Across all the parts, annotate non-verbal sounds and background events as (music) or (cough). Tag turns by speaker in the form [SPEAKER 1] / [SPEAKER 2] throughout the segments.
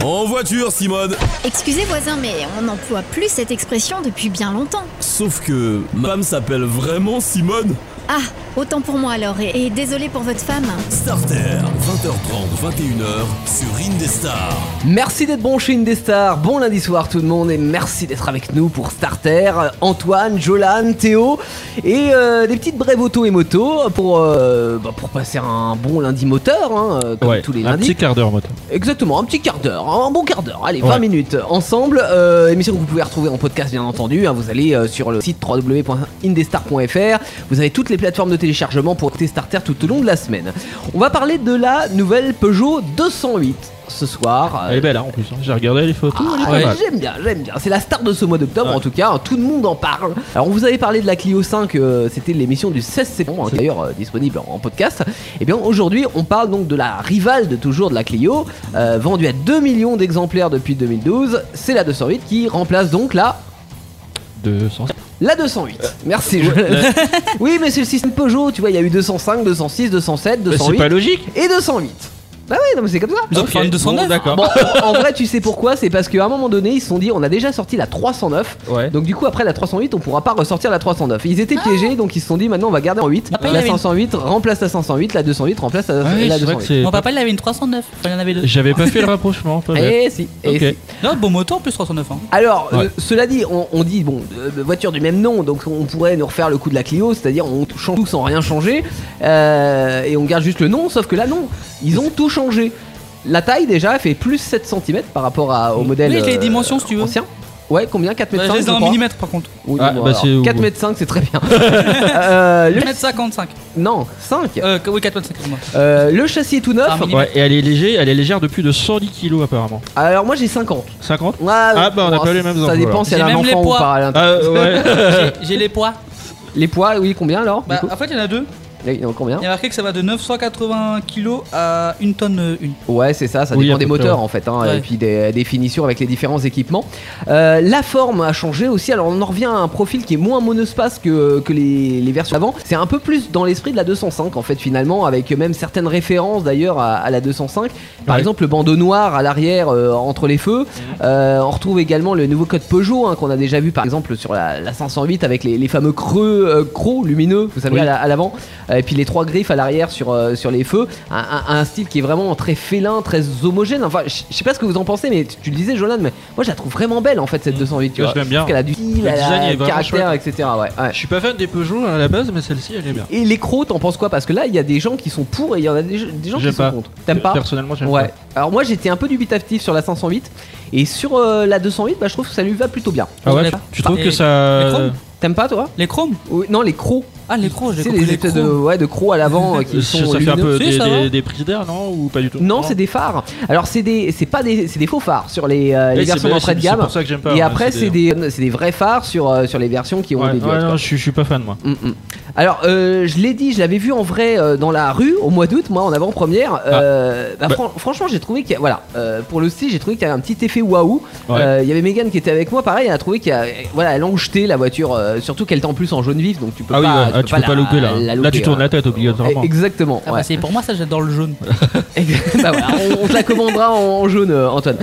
[SPEAKER 1] En voiture, Simone
[SPEAKER 2] Excusez voisin, mais on n'emploie plus cette expression depuis bien longtemps.
[SPEAKER 1] Sauf que ma femme s'appelle vraiment Simone
[SPEAKER 2] Ah, autant pour moi alors, et, et désolé pour votre femme.
[SPEAKER 1] Starter, 20h30, 21h sur Indestar.
[SPEAKER 3] Merci d'être bon chez Indestar, bon lundi soir tout le monde et merci d'être avec nous pour Starter, Antoine, Jolan, Théo et euh, des petites brèves auto et moto pour, euh, bah, pour passer un bon lundi moteur hein, euh, comme tous les
[SPEAKER 4] un
[SPEAKER 3] lundis.
[SPEAKER 4] petit quart d'heure moto.
[SPEAKER 3] Exactement, un petit quart d'heure, hein, un bon quart d'heure, allez, 20
[SPEAKER 4] Ouais.
[SPEAKER 3] minutes ensemble. Euh, émission que vous pouvez retrouver en podcast, bien entendu. hein, vous allez euh, sur le site www.indestar.fr. Vous avez toutes les plateformes de téléchargement pour tester Starter tout au long de la semaine. On va parler de la nouvelle Peugeot 208 ce soir. euh,
[SPEAKER 4] Elle est belle hein, en plus, hein. j'ai regardé les photos. elle est
[SPEAKER 3] Ah,
[SPEAKER 4] pas mal.
[SPEAKER 3] J'aime bien, j'aime bien. C'est la star de ce mois d'octobre
[SPEAKER 4] Ouais.
[SPEAKER 3] en tout cas. hein, Tout le monde en parle. Alors on vous avait parlé de la Clio 5. euh, C'était l'émission du 16 septembre, hein, qui est d'ailleurs euh, disponible en, en podcast. Et bien aujourd'hui, on parle donc de la rivale de toujours de la Clio, euh, vendue à 2 millions d'exemplaires depuis 2012. C'est la 208 qui remplace donc la.
[SPEAKER 4] 200.
[SPEAKER 3] La 208.
[SPEAKER 4] Euh,
[SPEAKER 3] Merci. je- (laughs) oui, mais c'est le système Peugeot. Tu vois, il y a eu 205, 206, 207,
[SPEAKER 4] Mais
[SPEAKER 3] 208
[SPEAKER 4] Bah, c'est pas logique.
[SPEAKER 3] et 208. Bah ouais, non mais c'est comme ça.
[SPEAKER 5] Ils ont
[SPEAKER 4] Ok,
[SPEAKER 5] pris une 209.
[SPEAKER 4] bon, D'accord.
[SPEAKER 3] Bon, en, en vrai, tu sais pourquoi C'est parce qu'à un moment donné, ils se sont dit on a déjà sorti la 309.
[SPEAKER 4] Ouais.
[SPEAKER 3] Donc, du coup, après la 308, on pourra pas ressortir la 309. Ils étaient piégés, donc ils se sont dit maintenant on va garder en 8.
[SPEAKER 5] Après, il y
[SPEAKER 3] la
[SPEAKER 5] avait une-
[SPEAKER 3] 508 remplace la 508, la 208 remplace la,
[SPEAKER 4] Ah oui,
[SPEAKER 3] la
[SPEAKER 4] c'est vrai que
[SPEAKER 3] 208.
[SPEAKER 4] c'est.
[SPEAKER 5] Mon papa il avait une 309, Enfin, il y en avait deux.
[SPEAKER 4] J'avais pas fait le rapprochement. pas bête.
[SPEAKER 3] Eh si, eh
[SPEAKER 4] Ok.
[SPEAKER 3] si.
[SPEAKER 5] Non, bon moto en plus 309. Hein.
[SPEAKER 3] Alors,
[SPEAKER 4] Ouais.
[SPEAKER 3] euh, cela dit, on, on dit, bon, euh, voiture du même nom, donc on pourrait nous refaire le coup de la Clio, c'est-à-dire on change tout sans rien changer, euh, et on garde juste le nom, sauf que là, non, ils ont tout changé. La taille, déjà, fait plus 7 cm par rapport à- au modèle.
[SPEAKER 5] Oui, les
[SPEAKER 3] euh,
[SPEAKER 5] dimensions, si tu veux. Bah,
[SPEAKER 3] Ancien Ouais, combien 4
[SPEAKER 5] Ouais,
[SPEAKER 3] mètres
[SPEAKER 5] je les ai en millimètres par contre.
[SPEAKER 3] Oui,
[SPEAKER 4] Ah,
[SPEAKER 3] bon,
[SPEAKER 4] bah,
[SPEAKER 3] alors,
[SPEAKER 4] c'est-
[SPEAKER 3] 4 mètres 5 c'est très bien.
[SPEAKER 4] (laughs)
[SPEAKER 3] Euh, le...
[SPEAKER 5] 1m55.
[SPEAKER 3] Non, 5.
[SPEAKER 5] Euh, oui,
[SPEAKER 3] (laughs)
[SPEAKER 5] 4m55, moi
[SPEAKER 3] Euh, le châssis est tout neuf.
[SPEAKER 5] Ah, mais-
[SPEAKER 4] Ouais, et elle est légère, elle est légère de plus de 110 kg apparemment.
[SPEAKER 3] Alors moi j'ai 50.
[SPEAKER 4] 50
[SPEAKER 3] Ah,
[SPEAKER 4] bah, on n'a pas les mêmes
[SPEAKER 3] Ça
[SPEAKER 4] infos,
[SPEAKER 3] dépend
[SPEAKER 4] alors.
[SPEAKER 3] si elle a
[SPEAKER 5] J'ai
[SPEAKER 3] un
[SPEAKER 5] même les
[SPEAKER 3] enfant ou
[SPEAKER 5] poids.
[SPEAKER 3] pas. à l'intérieur.
[SPEAKER 4] Ah
[SPEAKER 3] (laughs)
[SPEAKER 4] ouais.
[SPEAKER 5] J'ai- J'ai les poids.
[SPEAKER 3] Les poids, oui, combien alors du
[SPEAKER 5] Bah,
[SPEAKER 3] coup
[SPEAKER 5] en fait, il y en a deux.
[SPEAKER 3] Il y en a combien
[SPEAKER 5] Il y a marqué que ça va de 980 kg à 1 tonne euh, une.
[SPEAKER 3] Ouais, c'est ça, ça
[SPEAKER 4] Oui,
[SPEAKER 3] dépend
[SPEAKER 4] à
[SPEAKER 3] des
[SPEAKER 4] peu près,
[SPEAKER 3] moteurs
[SPEAKER 4] ouais.
[SPEAKER 3] en fait, hein,
[SPEAKER 5] Ouais.
[SPEAKER 3] et puis des, des finitions avec les différents équipements. Euh, la forme a changé aussi, alors on en revient à un profil qui est moins monospace que, que les, les versions avant. C'est un peu plus dans l'esprit de la 205 en fait, finalement, avec même certaines références d'ailleurs à, à la 205. Par
[SPEAKER 4] Ouais. Mmh.
[SPEAKER 3] exemple, le bandeau noir à l'arrière euh, entre les feux. Euh, on retrouve également le nouveau code Peugeot hein, qu'on a déjà vu par exemple sur la, la 508 avec les, les fameux creux, euh, crocs lumineux, vous savez,
[SPEAKER 4] Oui.
[SPEAKER 3] à la- à l'avant. Euh, Et puis les trois griffes à l'arrière sur, euh, sur les feux. Un, un- un style qui est vraiment très félin, très homogène. Enfin, je je sais pas ce que vous en pensez, mais tu, tu le disais, Jolan, mais moi je la trouve vraiment belle en fait cette 208. Tu
[SPEAKER 4] Ouais,
[SPEAKER 3] vois.
[SPEAKER 4] Mm. Bah, je l'aime bien.
[SPEAKER 3] Parce qu'elle a du style,
[SPEAKER 4] Le
[SPEAKER 3] elle
[SPEAKER 4] design
[SPEAKER 3] a
[SPEAKER 4] est
[SPEAKER 3] du
[SPEAKER 4] vraiment
[SPEAKER 3] caractère, etc. Ouais, ouais.
[SPEAKER 4] Je suis pas fan des Peugeot hein, à la base, mais celle-ci elle est bien.
[SPEAKER 3] Et les crocs, t'en penses quoi Parce que là, il y a des gens qui sont pour et il y en a des, des gens qui
[SPEAKER 4] J'aime
[SPEAKER 3] sont
[SPEAKER 4] pas.
[SPEAKER 3] contre. T'aimes pas
[SPEAKER 4] Personnellement, j'aime
[SPEAKER 3] Ouais.
[SPEAKER 4] pas.
[SPEAKER 3] Alors moi j'étais un peu dubitatif sur la 508 et sur euh, la 208, bah je trouve que ça lui va plutôt bien.
[SPEAKER 4] Ah ouais,
[SPEAKER 5] Les-
[SPEAKER 4] tu, tu trouves
[SPEAKER 5] les-
[SPEAKER 4] que
[SPEAKER 5] les
[SPEAKER 4] ça. euh,
[SPEAKER 5] chromes
[SPEAKER 3] T'aimes pas toi
[SPEAKER 5] Les chromes
[SPEAKER 3] Oui, Non, les crocs.
[SPEAKER 5] Ah, les crocs, j'ai
[SPEAKER 3] C'est
[SPEAKER 5] compris.
[SPEAKER 3] les
[SPEAKER 5] les
[SPEAKER 3] espèces de
[SPEAKER 5] chromes.
[SPEAKER 3] ouais de crocs à l'avant euh, qui sont
[SPEAKER 4] ça fait un
[SPEAKER 3] lumineux.
[SPEAKER 4] peu
[SPEAKER 5] Si,
[SPEAKER 4] des,
[SPEAKER 5] ça va.
[SPEAKER 4] des, des prises d'air, non Eh, Ou pas du tout
[SPEAKER 3] Non, c'est des phares. Alors c'est des c'est pas des c'est des faux phares sur les, euh,
[SPEAKER 4] Eh,
[SPEAKER 3] les
[SPEAKER 4] c'est-
[SPEAKER 3] versions
[SPEAKER 4] c'est-
[SPEAKER 3] d'entrée de gamme.
[SPEAKER 4] C'est pour ça que j'aime pas.
[SPEAKER 3] et
[SPEAKER 4] ouais,
[SPEAKER 3] après c'est des euh, c'est des vrais phares sur euh, sur les versions qui ont
[SPEAKER 4] Ouais,
[SPEAKER 3] des
[SPEAKER 4] ouais,
[SPEAKER 3] diodes, quoi.
[SPEAKER 4] non, je suis- je suis pas fan moi.
[SPEAKER 3] Mm, mm. Alors, euh, je l'ai dit, je l'avais vu en vrai euh, dans la rue au mois d'août, moi en avant-première. Euh, bah,
[SPEAKER 4] Bah.
[SPEAKER 3] fran- franchement, j'ai trouvé qu'il y a, voilà, euh, pour le style, j'ai trouvé qu'il y avait un petit effet waouh.
[SPEAKER 4] Ouais.
[SPEAKER 3] Euh, Il y avait Megan qui était avec moi, pareil, elle a trouvé qu'il y a, voilà, elle a enjeté la voiture, euh, surtout qu'elle était en plus en jaune vif, donc tu peux
[SPEAKER 4] Ah oui,
[SPEAKER 3] pas,
[SPEAKER 4] ouais, ah, tu peux pas louper là.
[SPEAKER 3] la
[SPEAKER 4] Là, tu
[SPEAKER 3] louper,
[SPEAKER 4] tournes
[SPEAKER 3] hein.
[SPEAKER 4] la tête obligatoirement.
[SPEAKER 3] Exactement.
[SPEAKER 5] Ah, bah,
[SPEAKER 3] ouais.
[SPEAKER 5] c'est pour moi, ça, j'adore
[SPEAKER 3] (laughs)
[SPEAKER 5] le jaune.
[SPEAKER 3] Bah voilà, on, on te la commandera en, en jaune, euh, Antoine.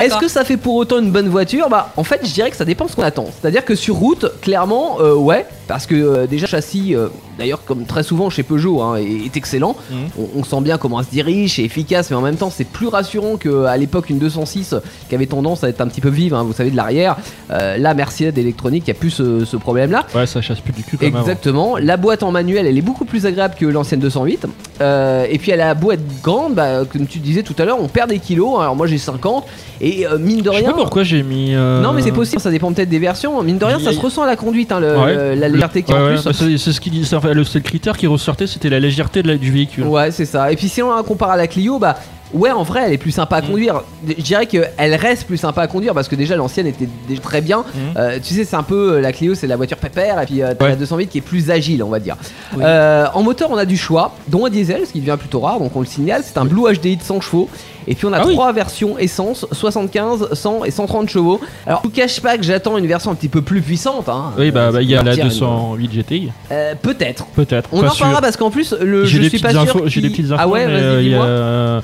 [SPEAKER 3] Est-ce que ça fait pour autant une bonne voiture Bah, en fait, je dirais que ça dépend de ce qu'on attend. C'est-à-dire que sur route, clairement, euh, ouais, parce que euh, déjà, châssis, euh, d'ailleurs, comme très souvent chez Peugeot, hein, est, est excellent.
[SPEAKER 4] Mhm.
[SPEAKER 3] On, on sent bien comment elle se dirige, c'est efficace, mais en même temps, c'est plus rassurant qu'à l'époque, une 206 euh, qui avait tendance à être un petit peu vive, hein, vous savez, de l'arrière. Euh, là, Mercedes électronique, il n'y a plus ce- ce problème-là.
[SPEAKER 4] Ouais, ça chasse plus du cul hein. comme avant.
[SPEAKER 3] Exactement. La boîte en manuel, elle est beaucoup plus agréable que l'ancienne 208. Euh, et puis elle a beau être grande, bah, comme tu disais tout à l'heure, on perd des kilos. Alors moi j'ai 50 et euh, mine de
[SPEAKER 4] Je sais
[SPEAKER 3] rien.
[SPEAKER 4] pas pourquoi j'ai mis. euh,
[SPEAKER 3] Non mais c'est possible, ça dépend peut-être des versions. Mine de rien,
[SPEAKER 4] Il y
[SPEAKER 3] ça
[SPEAKER 4] a-
[SPEAKER 3] se ressent à la conduite, hein, le-
[SPEAKER 4] Ouais.
[SPEAKER 3] le- la légèreté qui
[SPEAKER 4] Ouais,
[SPEAKER 3] en
[SPEAKER 4] ouais,
[SPEAKER 3] plus.
[SPEAKER 4] bah, c'est c'est ce qui dit. c'est- enfin, le seul critère qui ressortait, c'était la légèreté de la- du véhicule.
[SPEAKER 3] Ouais, c'est ça. Et puis si on la compare à la Clio, bah ouais, en vrai, elle est plus sympa à
[SPEAKER 4] Mm.
[SPEAKER 3] conduire. Je dirais qu'elle reste plus sympa à conduire parce que déjà l'ancienne était déjà très bien. Euh, tu sais, c'est un peu euh, la Clio, c'est la voiture pépère, et puis euh, t'as
[SPEAKER 4] Mm. Ouais.
[SPEAKER 3] la 208 qui est plus agile, on va dire.
[SPEAKER 5] Oui.
[SPEAKER 3] Euh, en moteur, on a du choix, dont un diesel, ce qui devient plutôt rare, donc on le signale. C'est un Blue HDI de 100 chevaux. Et puis on a
[SPEAKER 4] Ah oui.
[SPEAKER 3] trois versions essence 75, 100 et 130 chevaux. Alors, je vous cache pas que j'attends une version un petit peu plus puissante. hein.
[SPEAKER 4] Oui, bah,
[SPEAKER 3] Euh,
[SPEAKER 4] bah, il y a la
[SPEAKER 3] c'est-à-dire une-
[SPEAKER 4] 208 GTI,
[SPEAKER 3] Euh, Peut-être.
[SPEAKER 4] peut-être.
[SPEAKER 3] On
[SPEAKER 4] pas
[SPEAKER 3] en parlera
[SPEAKER 4] sûr.
[SPEAKER 3] parce qu'en plus, le,
[SPEAKER 4] J'ai
[SPEAKER 3] je
[SPEAKER 4] des
[SPEAKER 3] suis
[SPEAKER 4] petites
[SPEAKER 3] pas sûr.
[SPEAKER 4] infos. J'ai des
[SPEAKER 3] qu'il-
[SPEAKER 4] petites infos.
[SPEAKER 3] Ah ouais,
[SPEAKER 4] mais,
[SPEAKER 3] vas-y,
[SPEAKER 4] euh, il y a,
[SPEAKER 3] dis-moi.
[SPEAKER 4] euh,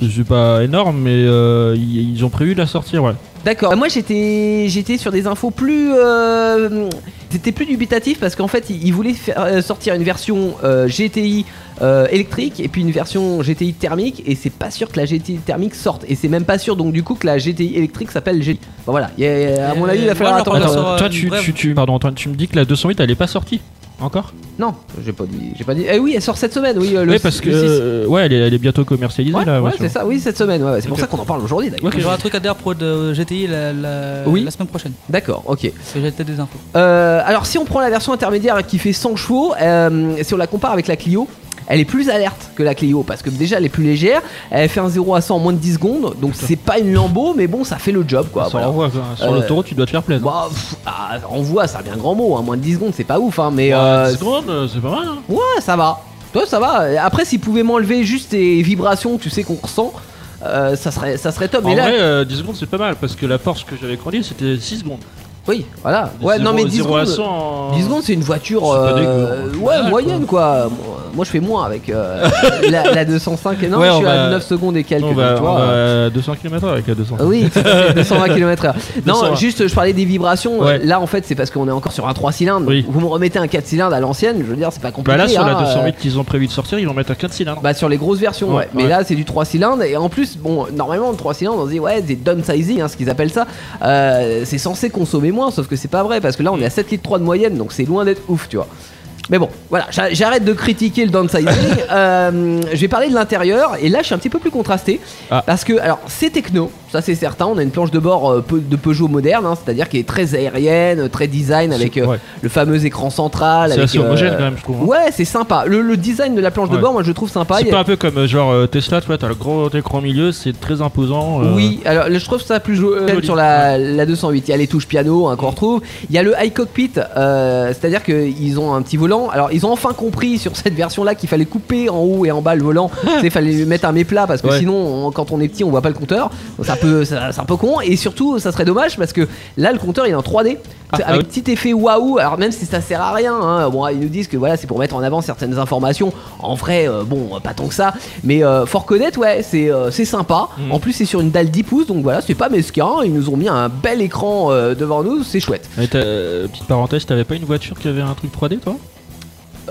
[SPEAKER 4] Je suis pas énorme, mais euh, ils ils ont prévu de la sortir, ouais.
[SPEAKER 3] D'accord. Moi j'étais j'étais sur des infos plus euh, c'était plus dubitatif parce qu'en fait ils, ils voulaient faire, euh, sortir une version euh, GTI euh, électrique et puis une version GTI thermique et c'est pas sûr que la GTI thermique sorte et c'est même pas sûr donc du coup que la GTI électrique s'appelle GTI. Bon, voilà. Il y a- à mon avis il va
[SPEAKER 5] Euh,
[SPEAKER 3] falloir
[SPEAKER 5] ouais,
[SPEAKER 3] attendre.
[SPEAKER 5] on leur
[SPEAKER 4] Attends,
[SPEAKER 5] sort, euh,
[SPEAKER 4] toi,
[SPEAKER 5] une
[SPEAKER 4] tu,
[SPEAKER 5] brève.
[SPEAKER 4] tu- tu- pardon, Antoine, tu me dis que la 208 elle est pas sortie encore
[SPEAKER 3] Non, j'ai pas dit j'ai pas dit. Eh oui elle sort cette semaine oui. euh, Le
[SPEAKER 4] Oui, parce
[SPEAKER 3] le
[SPEAKER 4] que
[SPEAKER 3] six.
[SPEAKER 4] euh, ouais, elle est, elle est bientôt commercialisée
[SPEAKER 3] Ouais,
[SPEAKER 4] là.
[SPEAKER 3] ouais,
[SPEAKER 4] ouais,
[SPEAKER 3] c'est ça, oui, cette semaine. ouais, ouais, C'est pour
[SPEAKER 5] Ok.
[SPEAKER 3] ça qu'on en parle aujourd'hui d'ailleurs.
[SPEAKER 4] Ouais, que-
[SPEAKER 5] J'aurai un truc à dire pour de euh, GTI la, la-
[SPEAKER 3] Oui.
[SPEAKER 5] la semaine prochaine.
[SPEAKER 3] D'accord, ok.
[SPEAKER 5] Parce que j'ai peut-être des infos.
[SPEAKER 3] Euh, alors si on prend la version intermédiaire qui fait 100 chevaux, euh, si on la compare avec la Clio, elle est plus alerte que la Clio parce que déjà elle est plus légère, elle fait un 0 à 100 en moins de 10 secondes, donc c'est pas une Lambo mais bon ça fait le job quoi.
[SPEAKER 4] Ça
[SPEAKER 3] voilà.
[SPEAKER 4] renvoie, quoi. Sur
[SPEAKER 3] Euh,
[SPEAKER 4] l'autoroute, tu dois te faire plaisir.
[SPEAKER 3] Bah, pff, ah, renvoi, ça bien grand mot, hein, moins de 10 secondes c'est pas ouf, hein, mais
[SPEAKER 4] Ouais,
[SPEAKER 3] euh,
[SPEAKER 4] 10 secondes, euh, c'est pas mal. hein.
[SPEAKER 3] ouais ça va. Toi ça va. Après s'ils pouvaient m'enlever juste les vibrations, tu sais qu'on ressent, euh, ça serait ça serait top.
[SPEAKER 4] En
[SPEAKER 3] mais là,
[SPEAKER 4] vrai, euh, 10 secondes, c'est pas mal parce que la Porsche que j'avais grandi, c'était 6 secondes.
[SPEAKER 3] oui, voilà.
[SPEAKER 4] De
[SPEAKER 3] Ouais,
[SPEAKER 4] zéro-
[SPEAKER 3] non mais 10
[SPEAKER 4] zéro à euh,
[SPEAKER 3] secondes.
[SPEAKER 4] 100 en-
[SPEAKER 3] 10 secondes, c'est une voiture
[SPEAKER 4] C'est
[SPEAKER 3] euh,
[SPEAKER 4] pas dégueu, hein.
[SPEAKER 3] ouais,
[SPEAKER 4] Voilà,
[SPEAKER 3] moyenne quoi. Moi, moi, je fais moins avec
[SPEAKER 4] (laughs)
[SPEAKER 3] euh, la, la 205 et non,
[SPEAKER 4] Ouais,
[SPEAKER 3] je
[SPEAKER 4] on
[SPEAKER 3] suis à
[SPEAKER 4] va-
[SPEAKER 3] 9 secondes et quelques.
[SPEAKER 4] On va,
[SPEAKER 3] tu vois. Euh,
[SPEAKER 4] on va à 200 km avec la 200.
[SPEAKER 3] Oui, tout à fait,
[SPEAKER 4] (laughs)
[SPEAKER 3] 220 km/h. Non,
[SPEAKER 4] 220.
[SPEAKER 3] juste je parlais des vibrations.
[SPEAKER 4] Ouais.
[SPEAKER 3] Là en fait, c'est parce qu'on est encore sur un 3 cylindres.
[SPEAKER 4] Oui.
[SPEAKER 3] Vous me remettez un 4 cylindres à l'ancienne, je veux dire, c'est pas compliqué.
[SPEAKER 4] Bah là, sur la
[SPEAKER 3] hein, euh,
[SPEAKER 4] 208 qu'ils ont prévu de sortir, ils vont mettre un 4 cylindres.
[SPEAKER 3] Bah sur les grosses versions, ouais.
[SPEAKER 4] Ouais,
[SPEAKER 3] Mais
[SPEAKER 4] ouais.
[SPEAKER 3] là, c'est du 3 cylindres. Et en plus, bon, normalement, le 3 cylindres, on se dit, ouais, c'est downsizing, hein, ce qu'ils appellent ça. Euh, c'est censé consommer moins, sauf que c'est pas vrai, parce que là, on est à 7 litres 3 de moyenne, donc c'est loin d'être ouf, tu vois. Mais bon, voilà, j'a- j'arrête de critiquer le
[SPEAKER 4] (laughs)
[SPEAKER 3] downsizing. Euh, je vais parler de l'intérieur, et là, je suis un petit peu plus contrasté.
[SPEAKER 4] Ah.
[SPEAKER 3] Parce que, alors, c'est techno, ça c'est certain. On a une planche de bord euh, peu- de Peugeot moderne, hein, c'est-à-dire qui est très aérienne, très design, avec euh,
[SPEAKER 4] ouais.
[SPEAKER 3] le fameux écran central.
[SPEAKER 4] C'est
[SPEAKER 3] avec,
[SPEAKER 4] assez
[SPEAKER 3] euh,
[SPEAKER 4] homogène quand même, je trouve. hein.
[SPEAKER 3] Ouais, c'est sympa. Le, le design de la planche de
[SPEAKER 4] Ouais.
[SPEAKER 3] bord, moi je le trouve sympa. Il y
[SPEAKER 4] C'est
[SPEAKER 3] a-
[SPEAKER 4] pas un peu comme euh, genre euh, Tesla, tu vois, t'as le gros écran au milieu, c'est très imposant. euh,
[SPEAKER 3] Oui, alors là, je trouve ça plus joli euh,
[SPEAKER 4] Joli. Mm.
[SPEAKER 3] sur la, la 208. Il y a les touches piano hein, qu'on retrouve. Il y a le high cockpit, euh, c'est-à-dire qu'ils ont un petit volant. Alors ils ont enfin compris sur cette version-là qu'il fallait couper en haut et en bas le
[SPEAKER 4] (laughs)
[SPEAKER 3] volant. Il fallait lui mettre un méplat parce que
[SPEAKER 4] Ouais.
[SPEAKER 3] sinon, on- quand on est petit, on voit pas le compteur. C'est un peu, c'est un peu con. Et surtout, ça serait dommage parce que là, le compteur il est en 3D.
[SPEAKER 4] Ah,
[SPEAKER 3] avec
[SPEAKER 4] ah oui.
[SPEAKER 3] petit effet waouh, alors même si ça sert à rien, hein, bon, ils nous disent que voilà, c'est pour mettre en avant certaines informations. En vrai, euh, bon, pas tant que ça, mais euh, faut reconnaître, ouais, c'est euh, c'est sympa.
[SPEAKER 4] Mhm.
[SPEAKER 3] En plus, c'est sur une dalle 10 pouces, donc voilà, c'est pas mesquin. Ils nous ont mis un bel écran euh, devant nous, c'est chouette.
[SPEAKER 4] mais t'as- euh, petite parenthèse, t'avais pas une voiture qui avait un truc 3D, toi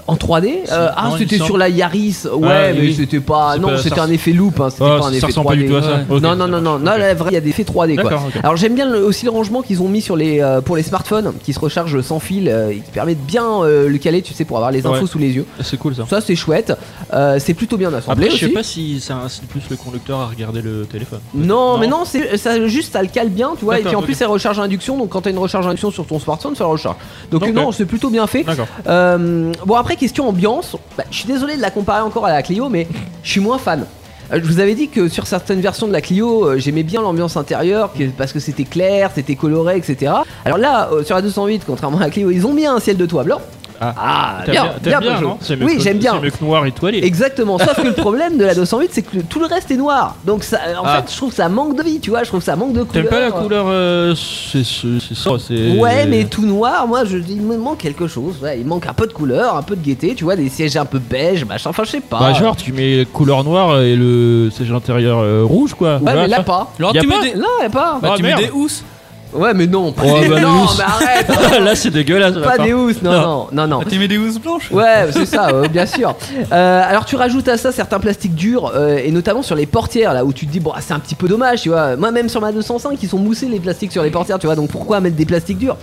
[SPEAKER 3] En 3D, euh,
[SPEAKER 4] Si.
[SPEAKER 3] ah,
[SPEAKER 4] Non, il
[SPEAKER 3] c'était
[SPEAKER 4] me semble.
[SPEAKER 3] sur la Yaris, ouais,
[SPEAKER 4] Ouais,
[SPEAKER 3] mais
[SPEAKER 4] oui.
[SPEAKER 3] c'était pas,
[SPEAKER 4] C'est
[SPEAKER 3] non,
[SPEAKER 4] pas-
[SPEAKER 3] c'était
[SPEAKER 4] ça
[SPEAKER 3] un effet loop, hein, c'était
[SPEAKER 4] Ah,
[SPEAKER 3] pas un
[SPEAKER 4] Ça
[SPEAKER 3] effet
[SPEAKER 4] ressemble pas
[SPEAKER 3] 3D.
[SPEAKER 4] du tout à ça.
[SPEAKER 5] ouais.
[SPEAKER 4] Ok,
[SPEAKER 3] non, non,
[SPEAKER 4] ça
[SPEAKER 3] non,
[SPEAKER 4] marche,
[SPEAKER 3] non,
[SPEAKER 4] ok.
[SPEAKER 3] non, là, vrai, il y a des effets 3D quoi.
[SPEAKER 4] D'accord, ok.
[SPEAKER 3] Alors j'aime bien le- aussi le rangement qu'ils ont mis sur les euh, pour les smartphones qui se rechargent sans fil euh, et qui permettent bien euh, le caler, tu sais, pour avoir les infos
[SPEAKER 4] Ouais.
[SPEAKER 3] sous les yeux.
[SPEAKER 4] Ah, C'est cool ça.
[SPEAKER 3] Ça c'est chouette, Euh, c'est plutôt bien assemblé
[SPEAKER 4] Après, je sais
[SPEAKER 3] aussi.
[SPEAKER 4] pas si ça incite plus le conducteur à regarder le téléphone.
[SPEAKER 3] Non,
[SPEAKER 4] Non.
[SPEAKER 3] mais non, c'est euh, ça juste ça le cale bien, tu vois. Et
[SPEAKER 4] D'accord,
[SPEAKER 3] puis en
[SPEAKER 4] ok.
[SPEAKER 3] plus, c'est recharge à induction, donc quand t'as une recharge à induction sur ton smartphone, ça le recharge. Donc
[SPEAKER 4] Ok.
[SPEAKER 3] non, c'est plutôt bien fait.
[SPEAKER 4] D'accord.
[SPEAKER 3] Euh, bon après question ambiance, Bah, je suis désolé de la comparer encore à la Clio mais je suis moins fan. Euh, Je vous avais dit que sur certaines versions de la Clio, euh, j'aimais bien l'ambiance intérieure que- parce que c'était clair, c'était coloré, etc. Alors là, euh, sur la 208, contrairement à la Clio, ils ont mis un ciel de toit blanc.
[SPEAKER 4] Ah.
[SPEAKER 3] Ah,
[SPEAKER 4] T'aimes
[SPEAKER 3] bien,
[SPEAKER 4] t'aimes
[SPEAKER 3] bien,
[SPEAKER 4] bien,
[SPEAKER 3] Peugeot.
[SPEAKER 4] non C'est mieux
[SPEAKER 3] Oui,
[SPEAKER 4] que-
[SPEAKER 3] j'aime bien.
[SPEAKER 4] C'est mieux que noir et toilé.
[SPEAKER 3] (laughs) Exactement, sauf que le problème de la 208, c'est que le- tout le reste est noir. Donc ça, en
[SPEAKER 4] Ah.
[SPEAKER 3] fait, je trouve que ça manque de vie, tu vois, je trouve que ça manque de couleur.
[SPEAKER 4] T'aimes pas la couleur euh, C'est c'est- c'est ça, c'est.
[SPEAKER 3] Ouais, mais tout noir, moi, je, il me manque quelque chose. ouais, il manque un peu de couleur, un peu de gaieté, tu vois, des sièges un peu beige, machin, enfin, je sais pas.
[SPEAKER 4] Bah, genre, tu mets couleur noire et le siège intérieur euh, rouge, quoi.
[SPEAKER 3] Ouais,
[SPEAKER 4] Voilà,
[SPEAKER 3] mais là
[SPEAKER 4] ça.
[SPEAKER 3] pas.
[SPEAKER 5] Alors
[SPEAKER 4] Y a
[SPEAKER 5] tu
[SPEAKER 4] pas
[SPEAKER 5] mets, des...
[SPEAKER 3] Là, y a pas.
[SPEAKER 5] bah,
[SPEAKER 4] Ah,
[SPEAKER 5] tu mets
[SPEAKER 4] merde.
[SPEAKER 5] des housses.
[SPEAKER 3] Ouais, mais non, pas
[SPEAKER 4] Ouais,
[SPEAKER 3] des- (laughs)
[SPEAKER 4] bah,
[SPEAKER 3] Non,
[SPEAKER 4] loose.
[SPEAKER 3] mais
[SPEAKER 4] (laughs)
[SPEAKER 3] arrête.
[SPEAKER 4] (laughs) là, c'est dégueulasse. là,
[SPEAKER 3] pas
[SPEAKER 4] par-
[SPEAKER 3] des housses, non, non, non, non.
[SPEAKER 5] Ah, tu mets des housses blanches.
[SPEAKER 3] Ouais, c'est ça, euh, bien sûr. Euh, alors tu rajoutes à ça certains plastiques durs euh, et notamment sur les portières là où tu te dis bon ah, c'est un petit peu dommage, tu vois. Moi même sur ma 205 ils sont moussés les plastiques sur les portières, tu vois. Donc pourquoi mettre des plastiques durs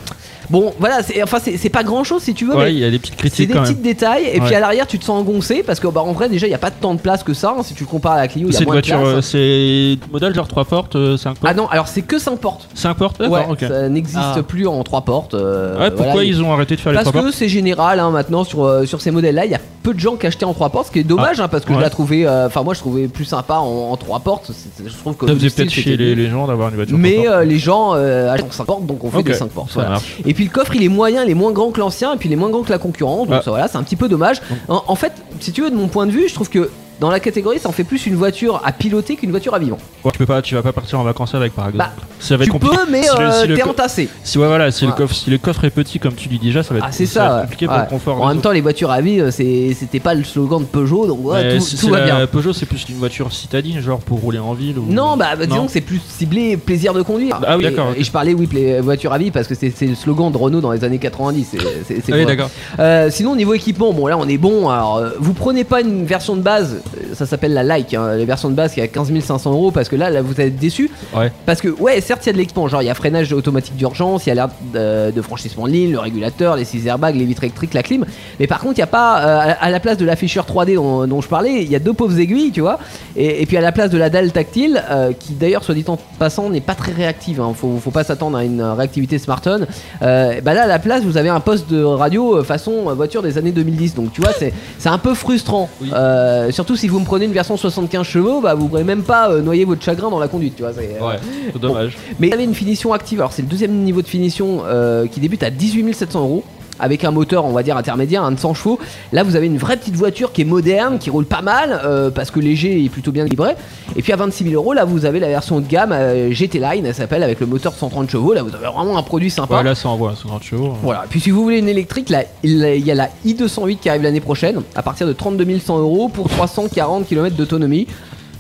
[SPEAKER 3] Bon, voilà, c'est enfin c'est c'est pas grand chose si tu veux. mais
[SPEAKER 4] Ouais, il y a des petites
[SPEAKER 3] C'est
[SPEAKER 4] critiques
[SPEAKER 3] des
[SPEAKER 4] quand
[SPEAKER 3] petits
[SPEAKER 4] même.
[SPEAKER 3] détails et puis
[SPEAKER 4] Ouais.
[SPEAKER 3] à l'arrière tu te sens engoncé parce que bah en vrai déjà il y a pas tant de place que ça hein, si tu le compares à la Clio il y a
[SPEAKER 4] C'est une
[SPEAKER 3] moins de
[SPEAKER 4] voiture,
[SPEAKER 3] place.
[SPEAKER 4] euh, c'est modèle genre 3 portes, 5
[SPEAKER 3] Ah
[SPEAKER 4] portes.
[SPEAKER 3] non alors c'est que 5 portes.
[SPEAKER 4] 5 portes
[SPEAKER 3] Ouais,
[SPEAKER 4] D'accord, ok. Ouais,
[SPEAKER 3] ça n'existe
[SPEAKER 5] Ah.
[SPEAKER 3] plus en 3 portes. euh,
[SPEAKER 4] pourquoi
[SPEAKER 3] voilà,
[SPEAKER 4] ils ont arrêté de faire les
[SPEAKER 3] Parce
[SPEAKER 4] 3 portes
[SPEAKER 3] que c'est général hein, maintenant sur, euh, sur ces modèles là il y a peu de gens qui achetaient en 3 portes ce qui est dommage hein, parce que je
[SPEAKER 4] Ah. ouais.
[SPEAKER 3] la trouvais euh, enfin moi je trouvais plus sympa en, 3 portes C'est- c'est- je trouve que
[SPEAKER 4] Ça
[SPEAKER 3] le
[SPEAKER 4] faisait
[SPEAKER 3] style,
[SPEAKER 4] peut-être
[SPEAKER 3] c'était
[SPEAKER 4] chier les, les gens d'avoir une voiture.
[SPEAKER 3] mais
[SPEAKER 4] trois
[SPEAKER 3] euh, les gens euh, achètent en 5 portes donc on fait
[SPEAKER 4] Ok.
[SPEAKER 3] des 5 portes
[SPEAKER 4] portes. Ça
[SPEAKER 3] voilà.
[SPEAKER 4] marche.
[SPEAKER 3] et puis le coffre il est moyen il est moins grand que l'ancien et puis il est moins grand que la concurrence donc
[SPEAKER 4] Ah.
[SPEAKER 3] ça, voilà c'est un petit peu dommage en, en fait si tu veux de mon point de vue je trouve que Dans la catégorie, ça en fait plus une voiture à piloter qu'une voiture à vivre.
[SPEAKER 4] Ouais, tu peux pas, tu vas pas partir en vacances avec, par exemple.
[SPEAKER 3] Bah,
[SPEAKER 4] ça va
[SPEAKER 3] Tu
[SPEAKER 4] être compliqué.
[SPEAKER 3] peux, mais
[SPEAKER 4] Si le-
[SPEAKER 3] euh,
[SPEAKER 4] si le
[SPEAKER 3] t'es
[SPEAKER 4] co-
[SPEAKER 3] entassé.
[SPEAKER 4] Si, ouais, voilà, si,
[SPEAKER 3] Ouais.
[SPEAKER 4] Le coffre, si le coffre est petit, comme tu dis déjà, ça va être,
[SPEAKER 3] Ah, c'est
[SPEAKER 4] ça va
[SPEAKER 3] ça.
[SPEAKER 4] être
[SPEAKER 3] ouais.
[SPEAKER 4] compliqué pour
[SPEAKER 3] Ouais.
[SPEAKER 4] le confort. hein.
[SPEAKER 3] En
[SPEAKER 4] des
[SPEAKER 3] même temps, les voitures à vie, euh, c'est- c'était pas le slogan de Peugeot, donc ouais,
[SPEAKER 4] Mais
[SPEAKER 3] tout,
[SPEAKER 4] c'est-
[SPEAKER 3] tout
[SPEAKER 4] c'est
[SPEAKER 3] va
[SPEAKER 4] la-
[SPEAKER 3] bien.
[SPEAKER 4] Peugeot, c'est plus une voiture citadine, genre pour rouler en ville. Ou...
[SPEAKER 3] Non, bah, bah, disons
[SPEAKER 4] Non.
[SPEAKER 3] que c'est plus ciblé plaisir de conduire.
[SPEAKER 4] Ah oui,
[SPEAKER 3] Et-
[SPEAKER 4] d'accord,
[SPEAKER 3] Et,
[SPEAKER 4] ok.
[SPEAKER 3] je parlais, oui, pla- voiture à vie, parce que c'est c'est le slogan de Renault dans les années 90. c'est- c'est- c'est
[SPEAKER 4] Ah oui,
[SPEAKER 3] pour-
[SPEAKER 4] d'accord.
[SPEAKER 3] Euh, sinon, niveau équipement, bon, là on est bon. Alors, euh, vous prenez pas une version de base, euh, ça s'appelle la like, hein, la version de base qui est à 15 500 euros, parce que là, là vous êtes déçu.
[SPEAKER 4] Ouais.
[SPEAKER 3] Parce que, ouais, certes, il y a de l'équipement, genre il y a freinage automatique d'urgence, il y a l'air euh, de, de franchissement de ligne, le régulateur, les 6 airbags, les vitres électriques, la clim. Mais par contre, il n'y a pas, euh, à à la place de l'afficheur 3D dont, dont je parlais, il y a deux pauvres aiguilles, tu vois. Et, et puis à la place de la dalle tactile, euh, qui d'ailleurs, soit dit en passant, n'est pas très réactive. hein, faut, faut pas s'attendre à une euh, réactivité smartphone. Euh, bah là, à la place, vous avez un poste de radio euh, façon euh, voiture des années 2010. Donc tu vois, c'est c'est un peu frustrant.
[SPEAKER 4] Oui.
[SPEAKER 3] Euh, surtout si vous me prenez une version 75 chevaux, bah vous pourrez même pas euh, noyer votre chagrin dans la conduite, tu vois. c'est, euh,
[SPEAKER 4] Ouais, c'est dommage.
[SPEAKER 3] mais il avait une finition active, alors c'est le deuxième niveau de finition euh, qui débute à 18 700 euros. Avec un moteur, on va dire intermédiaire, un de 100 chevaux. Là, vous avez une vraie petite voiture qui est moderne, qui roule pas mal, euh, parce que léger et plutôt bien livré. Et puis à 26 000 euros, là, vous avez la version haut de gamme euh, GT Line, elle s'appelle, avec le moteur de 130 chevaux. Là, vous avez vraiment un produit sympa.
[SPEAKER 4] Ouais, là, ça envoie, c'est grand show.
[SPEAKER 3] Voilà, puis si vous voulez une électrique, là, il il y a la i208 qui arrive l'année prochaine à partir de 32 100 euros pour 340 km d'autonomie.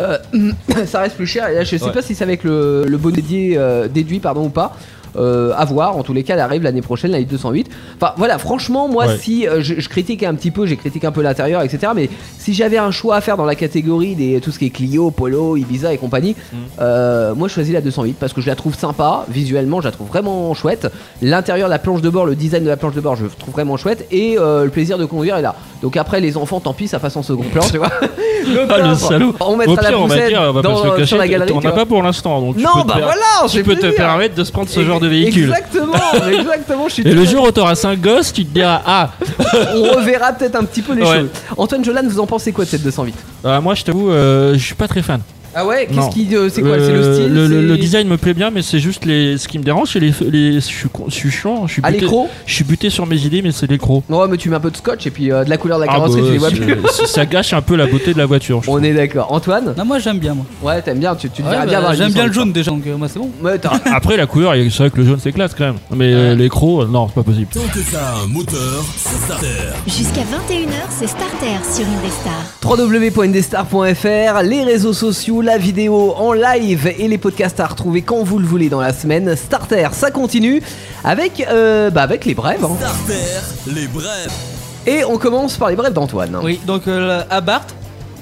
[SPEAKER 3] Euh, (laughs) ça reste plus cher et là je sais
[SPEAKER 4] Ouais.
[SPEAKER 3] pas si c'est avec le, le bonnet dédié, euh, déduit pardon, ou pas. Euh, à voir, en tous les cas, elle arrive l'année prochaine, la i208. Enfin voilà, franchement, moi,
[SPEAKER 4] Ouais.
[SPEAKER 3] si euh, je, je critiquais un petit peu, j'ai critiqué un peu l'intérieur, etc. Mais si j'avais un choix à faire dans la catégorie des tout ce qui est Clio, Polo, Ibiza et compagnie,
[SPEAKER 4] Mm.
[SPEAKER 3] euh, moi je choisis la 208 parce que je la trouve sympa, visuellement je la trouve vraiment chouette. L'intérieur, la planche de bord, le design de la planche de bord, je le trouve vraiment chouette et euh, le plaisir de conduire est là. Donc après les enfants, tant pis, ça passe en second plan, tu vois. (laughs) Le
[SPEAKER 4] Ah, le
[SPEAKER 3] coffre,
[SPEAKER 4] salaud
[SPEAKER 3] On
[SPEAKER 4] Au
[SPEAKER 3] mettra
[SPEAKER 4] pire,
[SPEAKER 3] la
[SPEAKER 4] on va
[SPEAKER 3] poussette
[SPEAKER 4] dire, bah, on va pas
[SPEAKER 3] dans-
[SPEAKER 4] se le
[SPEAKER 3] sur la
[SPEAKER 4] cacher,
[SPEAKER 3] galerie.
[SPEAKER 4] t'en
[SPEAKER 3] tu
[SPEAKER 4] as
[SPEAKER 3] vois.
[SPEAKER 4] pas pour l'instant, donc tu
[SPEAKER 3] Non,
[SPEAKER 4] peux, te
[SPEAKER 3] bah
[SPEAKER 4] per-
[SPEAKER 3] voilà, j'ai
[SPEAKER 4] tu peux te
[SPEAKER 3] plaisir.
[SPEAKER 4] permettre de se prendre ce genre de véhicule. (laughs)
[SPEAKER 3] Exactement, exactement, je suis
[SPEAKER 4] Et le
[SPEAKER 3] tout à
[SPEAKER 4] jour où t'auras 5 gosses, tu te diras Ah,
[SPEAKER 3] on reverra peut-être un petit peu les
[SPEAKER 4] Ouais.
[SPEAKER 3] choses. Antoine Jolan, vous en pensez quoi de cette 208
[SPEAKER 4] euh, moi je t'avoue, euh, je suis pas très fan.
[SPEAKER 3] Ah ouais, qu'est-ce
[SPEAKER 4] Non.
[SPEAKER 3] qui euh, c'est quoi
[SPEAKER 4] Euh,
[SPEAKER 3] C'est le style
[SPEAKER 4] le, le-
[SPEAKER 3] c'est-
[SPEAKER 4] le design me plaît bien, mais c'est juste les, ce qui me dérange, c'est les, les, je suis con- je suis chiant, je suis
[SPEAKER 3] à
[SPEAKER 4] buté-
[SPEAKER 3] l'écro
[SPEAKER 4] je suis buté sur mes idées, mais c'est l'écro.
[SPEAKER 3] Non, mais tu mets un peu de scotch et puis euh, de la couleur de la
[SPEAKER 4] Ah
[SPEAKER 3] carrosserie,
[SPEAKER 4] bah,
[SPEAKER 3] tu les vois
[SPEAKER 4] c'est- (laughs)
[SPEAKER 3] plus.
[SPEAKER 4] c'est- ça gâche un peu la beauté de la voiture. je
[SPEAKER 3] On
[SPEAKER 4] trouve.
[SPEAKER 3] est d'accord. Antoine
[SPEAKER 5] Non, moi j'aime bien, moi.
[SPEAKER 3] Ouais, t'aimes bien, tu, tu te
[SPEAKER 5] Ouais,
[SPEAKER 3] verrais
[SPEAKER 5] bah,
[SPEAKER 3] bien avoir
[SPEAKER 5] j'aime
[SPEAKER 3] une
[SPEAKER 5] bien le
[SPEAKER 3] 208.
[SPEAKER 5] jaune déjà, donc euh, moi c'est bon.
[SPEAKER 3] Ouais, t'as-
[SPEAKER 4] Après la couleur, il- c'est vrai que le jaune c'est classe quand même, mais euh, l'écro, euh, non, c'est pas possible.
[SPEAKER 1] Tant que t'as un moteur, c'est starter.
[SPEAKER 2] Jusqu'à 21h, c'est Starter sur Indestar.
[SPEAKER 3] www.indestar.fr, les réseaux sociaux, la vidéo en live et les podcasts à retrouver quand vous le voulez dans la semaine. Starter, ça continue avec, euh, bah, avec les brèves. hein.
[SPEAKER 1] Starter, les brèves.
[SPEAKER 3] Et on commence par les brèves d'Antoine.
[SPEAKER 5] Oui, donc euh, Abarth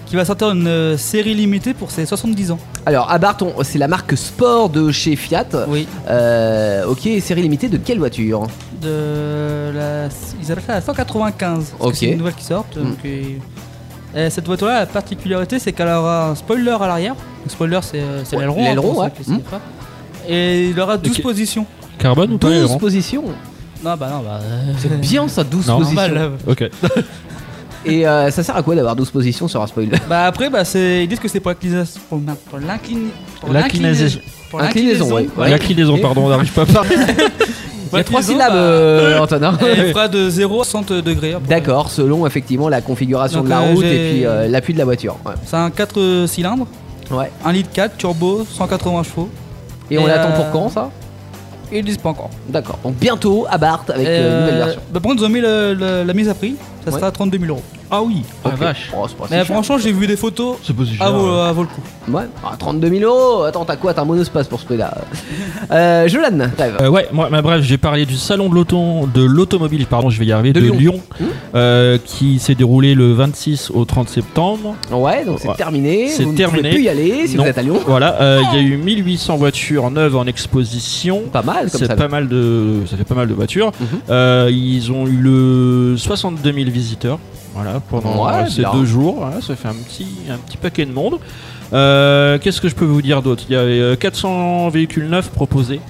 [SPEAKER 5] qui va sortir une euh, série limitée pour ses 70 ans.
[SPEAKER 3] Alors, Abarth, on- c'est la marque sport de chez Fiat.
[SPEAKER 5] Oui.
[SPEAKER 3] Euh, ok, série limitée de quelle voiture
[SPEAKER 5] De la, ils appellent ça la 195. parce que
[SPEAKER 3] Ok. Mm.
[SPEAKER 5] C'est une nouvelle qui sort. donc, et- et cette voiture-là, la particularité, c'est qu'elle aura un spoiler à l'arrière. Le spoiler, c'est euh, c'est
[SPEAKER 3] Ouais,
[SPEAKER 5] l'aileron.
[SPEAKER 3] l'aileron,
[SPEAKER 5] pour ceux
[SPEAKER 3] ouais. Mm.
[SPEAKER 5] qui le savent pas. Et il aura 12
[SPEAKER 4] Ok.
[SPEAKER 5] positions.
[SPEAKER 4] Carbone ou pas
[SPEAKER 3] 12
[SPEAKER 4] aileron
[SPEAKER 3] positions.
[SPEAKER 5] Non, bah non, bah.
[SPEAKER 3] C'est bien ça, 12
[SPEAKER 4] Non.
[SPEAKER 3] positions.
[SPEAKER 5] Normal, là.
[SPEAKER 4] Ok.
[SPEAKER 3] Et euh, ça sert à quoi d'avoir 12 positions sur un spoiler
[SPEAKER 5] Bah après, bah, c'est- ils disent que c'est pour l'inclinaison. Pour l'in- pour l'inclin- pour
[SPEAKER 4] L'inclinaison.
[SPEAKER 5] l'inclinaison. Pour
[SPEAKER 3] Inclinaison, ouais.
[SPEAKER 5] voilà.
[SPEAKER 4] La clinaison, pardon, on n'arrive pas
[SPEAKER 3] (laughs)
[SPEAKER 4] à parler.
[SPEAKER 3] Il y a 3
[SPEAKER 5] L'inclinaison,
[SPEAKER 3] syllabes,
[SPEAKER 5] bah, Eh,
[SPEAKER 3] euh, Antoine. hein.
[SPEAKER 5] Et il fera de 0 à 60 degrés. hein, à peu près.
[SPEAKER 3] D'accord, selon effectivement la configuration
[SPEAKER 5] Donc,
[SPEAKER 3] de la
[SPEAKER 5] euh,
[SPEAKER 3] route
[SPEAKER 5] j'ai-
[SPEAKER 3] et puis euh, l'appui de la voiture. ouais.
[SPEAKER 5] C'est un 4 cylindres,
[SPEAKER 3] Ouais.
[SPEAKER 5] 1 litre 4, turbo, 180 chevaux.
[SPEAKER 3] Et on
[SPEAKER 5] Et,
[SPEAKER 3] l'attend
[SPEAKER 5] euh,
[SPEAKER 3] pour quand ça
[SPEAKER 5] Et ils disent pas encore.
[SPEAKER 3] D'accord. Donc bientôt à Barthes avec
[SPEAKER 5] Et,
[SPEAKER 3] euh, une nouvelle
[SPEAKER 5] euh,
[SPEAKER 3] version.
[SPEAKER 5] bah, par contre, ils ont mis le- le- la mise à prix, ça
[SPEAKER 3] Ouais.
[SPEAKER 5] sera 32 000 euros.
[SPEAKER 4] Ah oui, ah
[SPEAKER 3] Ok.
[SPEAKER 4] vache.
[SPEAKER 3] Oh, c'est pas si
[SPEAKER 5] Mais
[SPEAKER 3] cher.
[SPEAKER 5] franchement, j'ai vu des photos.
[SPEAKER 4] C'est pas si
[SPEAKER 5] Ah,
[SPEAKER 4] cher,
[SPEAKER 5] vaut,
[SPEAKER 4] ouais.
[SPEAKER 5] ah, vaut le coup.
[SPEAKER 3] Ouais. Ah, 32 000 euros. Attends, t'as quoi T'as un monospace pour ce prix-là euh, Jolan, rêve.
[SPEAKER 4] Euh, ouais, moi, mais bref, j'ai parlé du salon de l'auto, de l'automobile, pardon, je vais y arriver,
[SPEAKER 3] De
[SPEAKER 4] de,
[SPEAKER 3] Lyon.
[SPEAKER 4] Lyon,
[SPEAKER 3] Mmh.
[SPEAKER 4] euh, qui s'est déroulé le 26 au 30 septembre.
[SPEAKER 3] Ouais, donc c'est
[SPEAKER 4] ouais.
[SPEAKER 3] terminé.
[SPEAKER 4] C'est
[SPEAKER 3] vous ne
[SPEAKER 4] terminé.
[SPEAKER 3] pouvez plus y aller si
[SPEAKER 4] Non.
[SPEAKER 3] vous êtes à Lyon. Oh.
[SPEAKER 4] Voilà, euh, il y a eu 1800 voitures neuves en exposition.
[SPEAKER 3] Pas mal comme
[SPEAKER 4] C'est
[SPEAKER 3] ça.
[SPEAKER 4] pas mal de, ça fait pas mal de voitures.
[SPEAKER 3] Mhm.
[SPEAKER 4] Euh, ils ont eu le 62 000 visiteurs. Voilà, pendant
[SPEAKER 3] Ouais,
[SPEAKER 4] euh, ces
[SPEAKER 3] bien.
[SPEAKER 4] deux jours, Voilà, ça fait un petit, un petit paquet de monde. Euh, Qu'est-ce que je peux vous dire d'autre Il y avait euh, 400 véhicules neufs proposés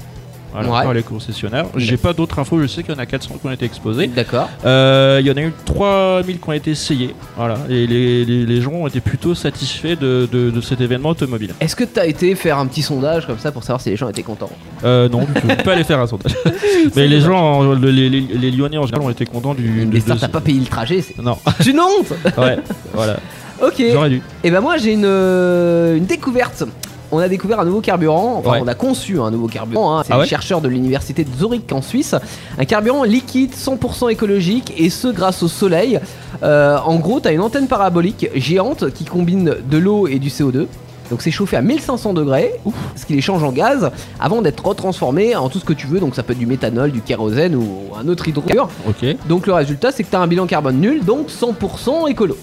[SPEAKER 4] voilà,
[SPEAKER 3] Ouais. Mhm.
[SPEAKER 4] par les concessionnaires. J'ai pas d'autres infos, je sais qu'il y en a 400 qui ont été exposés.
[SPEAKER 3] D'accord.
[SPEAKER 4] Euh, Il y en a eu 3000 qui ont été essayés. Voilà, et les, les- les gens ont été plutôt satisfaits de- de- de cet événement automobile.
[SPEAKER 3] Est-ce que t'as été faire un petit sondage comme ça pour savoir si les gens étaient contents
[SPEAKER 4] Euh, non, tu peux pas aller faire un sondage.
[SPEAKER 3] (laughs)
[SPEAKER 4] Mais les gens, en- les, les- les Lyonnais en général ont été contents du.
[SPEAKER 3] Les
[SPEAKER 4] de- de- (laughs)
[SPEAKER 3] stars, t'as pas payé le trajet, c'est
[SPEAKER 4] Non,
[SPEAKER 3] une honte
[SPEAKER 4] ouais, voilà.
[SPEAKER 3] Ok.
[SPEAKER 4] J'aurais dû.
[SPEAKER 3] Et ben moi j'ai une, euh, une découverte. On a découvert un nouveau carburant, enfin
[SPEAKER 4] Ouais.
[SPEAKER 3] on a conçu un nouveau carburant, hein. c'est
[SPEAKER 4] Ah
[SPEAKER 3] un
[SPEAKER 4] ouais
[SPEAKER 3] chercheur de l'université de Zurich en Suisse, un carburant liquide 100% écologique et ce grâce au soleil. Euh, en gros t'as une antenne parabolique géante qui combine de l'eau et du CO2. Donc c'est chauffé à 1500 degrés, ce qui les change en gaz, avant d'être retransformé en tout ce que tu veux, donc ça peut être du méthanol, du kérosène ou un autre hydrocarbure.
[SPEAKER 4] Ok.
[SPEAKER 3] Donc le résultat c'est que t'as un bilan carbone nul, donc 100% écolo.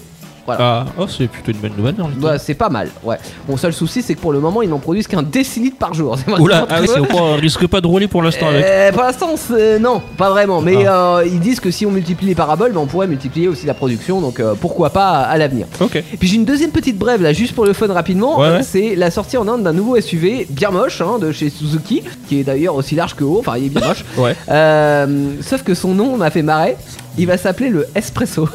[SPEAKER 4] Ah, oh, c'est plutôt une bonne nouvelle. en même temps.
[SPEAKER 3] Ouais, Bah, c'est pas mal, ouais. Mon seul souci, c'est que pour le moment, ils n'en produisent qu'un décilitre par jour. (laughs) C'est vraiment
[SPEAKER 4] Oula,
[SPEAKER 3] très
[SPEAKER 4] ah oui,
[SPEAKER 3] peu.
[SPEAKER 4] c'est au point, on risque pas de rouler pour l'instant avec.
[SPEAKER 3] Euh, pour l'instant, c'est- non, pas vraiment. Mais
[SPEAKER 4] Ah.
[SPEAKER 3] euh, ils disent que si on multiplie les paraboles, ben, on pourrait multiplier aussi la production. Donc euh, pourquoi pas à l'avenir.
[SPEAKER 4] Ok.
[SPEAKER 3] Et puis j'ai une deuxième petite brève là, juste pour le fun rapidement.
[SPEAKER 4] Ouais, ouais.
[SPEAKER 3] C'est la sortie en Inde d'un nouveau SUV bien moche hein, de chez Suzuki, qui est d'ailleurs aussi large que haut. Enfin, il est bien
[SPEAKER 4] (laughs)
[SPEAKER 3] moche.
[SPEAKER 4] Ouais.
[SPEAKER 3] Euh, sauf que son nom m'a fait marrer. Il va s'appeler le
[SPEAKER 4] (laughs)
[SPEAKER 3] Espresso.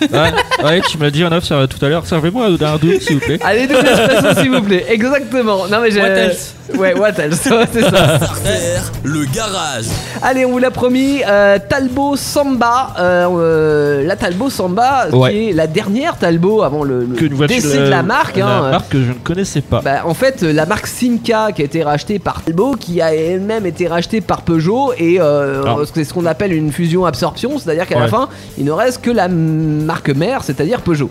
[SPEAKER 4] Ouais, Ah, ouais, tu m'as dit en off ça, tout à l'heure. Servez-moi d'un double, s'il vous plaît.
[SPEAKER 3] Allez, double espresso, s'il vous plaît. Exactement. Non, mais j'ai.
[SPEAKER 5] What else
[SPEAKER 3] Ouais, what else (laughs) Ouais, C'est ça.
[SPEAKER 1] Starter, le garage.
[SPEAKER 3] Allez, on vous l'a promis. euh, Talbot Samba. euh, euh, la Talbot Samba,
[SPEAKER 4] Ouais.
[SPEAKER 3] qui est la dernière Talbot avant le, le
[SPEAKER 4] Que une voiture, euh,
[SPEAKER 3] décès de la marque.
[SPEAKER 4] La
[SPEAKER 3] hein.
[SPEAKER 4] marque que je ne connaissais pas.
[SPEAKER 3] Bah, en fait, la marque Simca qui a été rachetée par Talbot, qui a elle-même été rachetée par Peugeot, et euh,
[SPEAKER 4] Alors.
[SPEAKER 3] c'est ce qu'on appelle une fusion absorption, c'est-à-dire qu'à la
[SPEAKER 4] Ah. Ouais.
[SPEAKER 3] fin, il ne reste que la m- marque mère, c'est-à-dire Peugeot.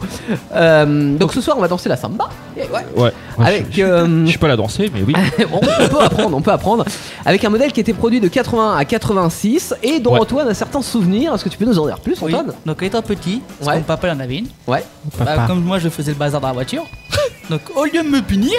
[SPEAKER 3] Euh, donc ce soir, on va danser la Samba. Et ouais.
[SPEAKER 4] ouais. Ouais,
[SPEAKER 3] Avec,
[SPEAKER 4] je, je-
[SPEAKER 3] euh,
[SPEAKER 4] je suis pas là danser, mais oui.
[SPEAKER 3] (laughs) on peut apprendre, on peut apprendre. Avec un modèle qui était produit de 81 à 86 et dont
[SPEAKER 4] Ouais.
[SPEAKER 3] Antoine a certains souvenirs. Est-ce que tu peux nous en dire plus,
[SPEAKER 5] Oui.
[SPEAKER 3] Antoine
[SPEAKER 5] Donc étant petit, parce
[SPEAKER 3] Ouais.
[SPEAKER 5] que mon papa il en avait une.
[SPEAKER 3] Ouais.
[SPEAKER 5] Bah, comme moi je faisais le bazar dans
[SPEAKER 3] (laughs)
[SPEAKER 5] la voiture. Donc au lieu de me punir,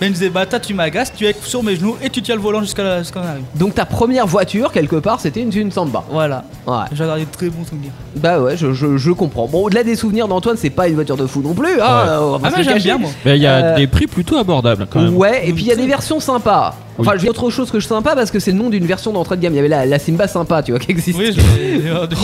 [SPEAKER 5] ben, il me disait bah toi tu m'agaces, tu es sur mes genoux et tu tiens le volant jusqu'à la- jusqu'à ce qu'on arrive.
[SPEAKER 3] Donc ta première voiture, quelque part, c'était une, une Samba.
[SPEAKER 5] Voilà.
[SPEAKER 3] Ouais.
[SPEAKER 5] J'ai gardé de très bons souvenirs.
[SPEAKER 3] Bah ouais, je, je- je comprends. Bon, au-delà des souvenirs d'Antoine, c'est pas une voiture de fou non plus. Hein,
[SPEAKER 4] Ouais.
[SPEAKER 3] on va pas
[SPEAKER 5] Ah
[SPEAKER 3] se
[SPEAKER 5] moi
[SPEAKER 3] le
[SPEAKER 5] j'aime
[SPEAKER 3] cacher. (laughs)
[SPEAKER 5] bien moi.
[SPEAKER 4] Mais il y a
[SPEAKER 3] euh,
[SPEAKER 4] des prix plutôt abordables quand même.
[SPEAKER 3] Ouais, et puis il y a des versions sympas. Enfin,
[SPEAKER 4] Oui.
[SPEAKER 3] je dis autre chose que sympa parce que c'est le nom d'une version d'entrée de gamme. Il y avait la, la Simba sympa, tu vois, qui existe.
[SPEAKER 5] Oui, je-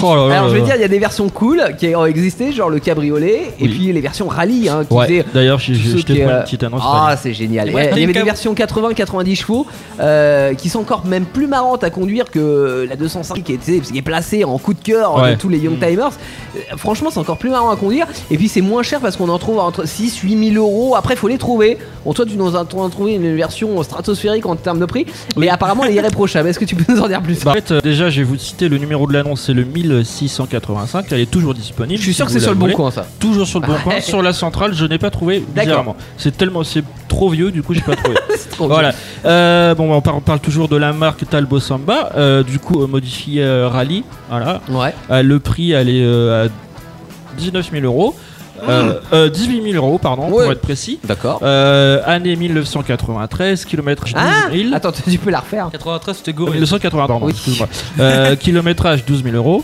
[SPEAKER 4] Oh là là
[SPEAKER 3] Alors je vais
[SPEAKER 4] là
[SPEAKER 3] dire,
[SPEAKER 4] là.
[SPEAKER 3] il y a des versions cool qui ont existé, genre le cabriolet, et
[SPEAKER 4] Oui.
[SPEAKER 3] puis les versions rallye, hein, qui
[SPEAKER 4] Ouais.
[SPEAKER 3] faisaient
[SPEAKER 4] D'ailleurs, je, je-
[SPEAKER 3] Ceux
[SPEAKER 4] je t'ai
[SPEAKER 3] qui,
[SPEAKER 4] fait
[SPEAKER 3] euh,
[SPEAKER 4] une petite annonce.
[SPEAKER 3] Ah,
[SPEAKER 4] Fabien.
[SPEAKER 3] c'est génial.
[SPEAKER 5] Et
[SPEAKER 3] Ouais,
[SPEAKER 5] moi,
[SPEAKER 3] il y avait
[SPEAKER 5] Dreamcam-
[SPEAKER 3] des versions 80-90 chevaux euh, qui sont encore même plus marrantes à conduire que la 205 qui était qui est placée en coup de cœur
[SPEAKER 4] Ouais. Mm.
[SPEAKER 3] de tous les Young Timers. Euh, Franchement, c'est encore plus marrant à conduire. Et puis, c'est moins cher parce qu'on en trouve entre 6-8 000 euros. Après, faut les trouver. Bon, toi, tu nous as tu en as trouvé une version stratosphérique en termes de prix, mais apparemment, elle est irréprochable. Est-ce que tu peux nous en dire plus
[SPEAKER 4] Bah, en fait, euh, déjà, je vais vous citer le numéro de l'annonce, c'est le 1685. Elle est toujours disponible.
[SPEAKER 3] Je suis sûr
[SPEAKER 4] si
[SPEAKER 3] que c'est sur
[SPEAKER 4] vous la
[SPEAKER 3] le bon
[SPEAKER 4] voulez.
[SPEAKER 3] coin, ça.
[SPEAKER 4] Toujours sur le bon coin.
[SPEAKER 3] Ouais.
[SPEAKER 4] Sur la centrale, je n'ai pas trouvé.
[SPEAKER 3] D'accord.
[SPEAKER 4] bizarrement. C'est tellement, c'est trop vieux, du coup, j'ai
[SPEAKER 3] (laughs)
[SPEAKER 4] pas trouvé.
[SPEAKER 3] C'est trop
[SPEAKER 4] Voilà. Euh, bon, bah, on, parle, on parle toujours de la marque Talbot Samba. Euh, du coup, euh, modifiée euh, rallye. Voilà.
[SPEAKER 3] bien. Ouais.
[SPEAKER 4] Euh, le prix, elle est euh, à 19 000 euros. Euh, euh, 18 000 euros, pardon,
[SPEAKER 3] Ah. Ouais.
[SPEAKER 4] pour être précis.
[SPEAKER 3] D'accord.
[SPEAKER 4] Euh, année 1993, kilomètre 12
[SPEAKER 3] Ah
[SPEAKER 4] 000.
[SPEAKER 3] Attends, tu peux la refaire
[SPEAKER 5] 93 c'était
[SPEAKER 4] Euh,
[SPEAKER 5] gorille.
[SPEAKER 4] 1980, pardon,
[SPEAKER 3] Oui.
[SPEAKER 4] excuse-moi.
[SPEAKER 3] (laughs)
[SPEAKER 4] Euh, kilométrage 12 000 euros.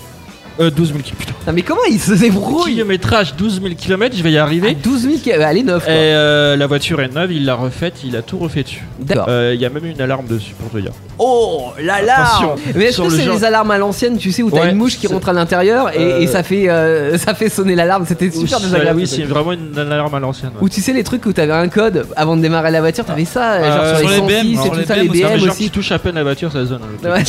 [SPEAKER 4] Euh, 12 000 qui- putain.
[SPEAKER 3] Non, mais comment il se débrouille
[SPEAKER 4] Kilométrage 12 000 km, je vais y
[SPEAKER 3] À
[SPEAKER 4] arriver.
[SPEAKER 3] 12 000, euh, elle est neuve.
[SPEAKER 4] Et
[SPEAKER 3] quoi.
[SPEAKER 4] euh, la voiture est neuve, il l'a refaite, il a tout refait dessus.
[SPEAKER 3] D'accord.
[SPEAKER 4] Euh, Il y a même une alarme dessus pour te dire.
[SPEAKER 3] Ah. Oh là là
[SPEAKER 4] Attention,
[SPEAKER 3] Mais est-ce
[SPEAKER 4] sur
[SPEAKER 3] que
[SPEAKER 4] le
[SPEAKER 3] c'est
[SPEAKER 4] genre-
[SPEAKER 3] les alarmes à l'ancienne, tu sais, où t'as
[SPEAKER 4] Ouais,
[SPEAKER 3] une mouche qui
[SPEAKER 4] c'est-
[SPEAKER 3] rentre à l'intérieur et,
[SPEAKER 4] Euh,
[SPEAKER 3] et ça fait euh, (laughs) ça fait sonner l'alarme C'était super
[SPEAKER 4] Oui,
[SPEAKER 3] désagréable.
[SPEAKER 4] oui,
[SPEAKER 3] ce
[SPEAKER 4] c'est
[SPEAKER 3] truc.
[SPEAKER 4] vraiment une, une alarme à l'ancienne. ouais.
[SPEAKER 3] Ou tu sais les trucs où t'avais un code avant de démarrer la voiture, t'avais ça genre
[SPEAKER 4] Euh,
[SPEAKER 3] sur les
[SPEAKER 5] sur les
[SPEAKER 3] 106
[SPEAKER 5] BM,
[SPEAKER 3] et
[SPEAKER 5] sur
[SPEAKER 3] tout
[SPEAKER 5] les
[SPEAKER 3] ça, les
[SPEAKER 5] BM, sur
[SPEAKER 4] Ah,
[SPEAKER 3] BM
[SPEAKER 4] mais genre,
[SPEAKER 3] aussi.
[SPEAKER 4] tu touches à peine la voiture, ça zone.
[SPEAKER 3] (laughs)
[SPEAKER 4] ok.
[SPEAKER 3] Ouais.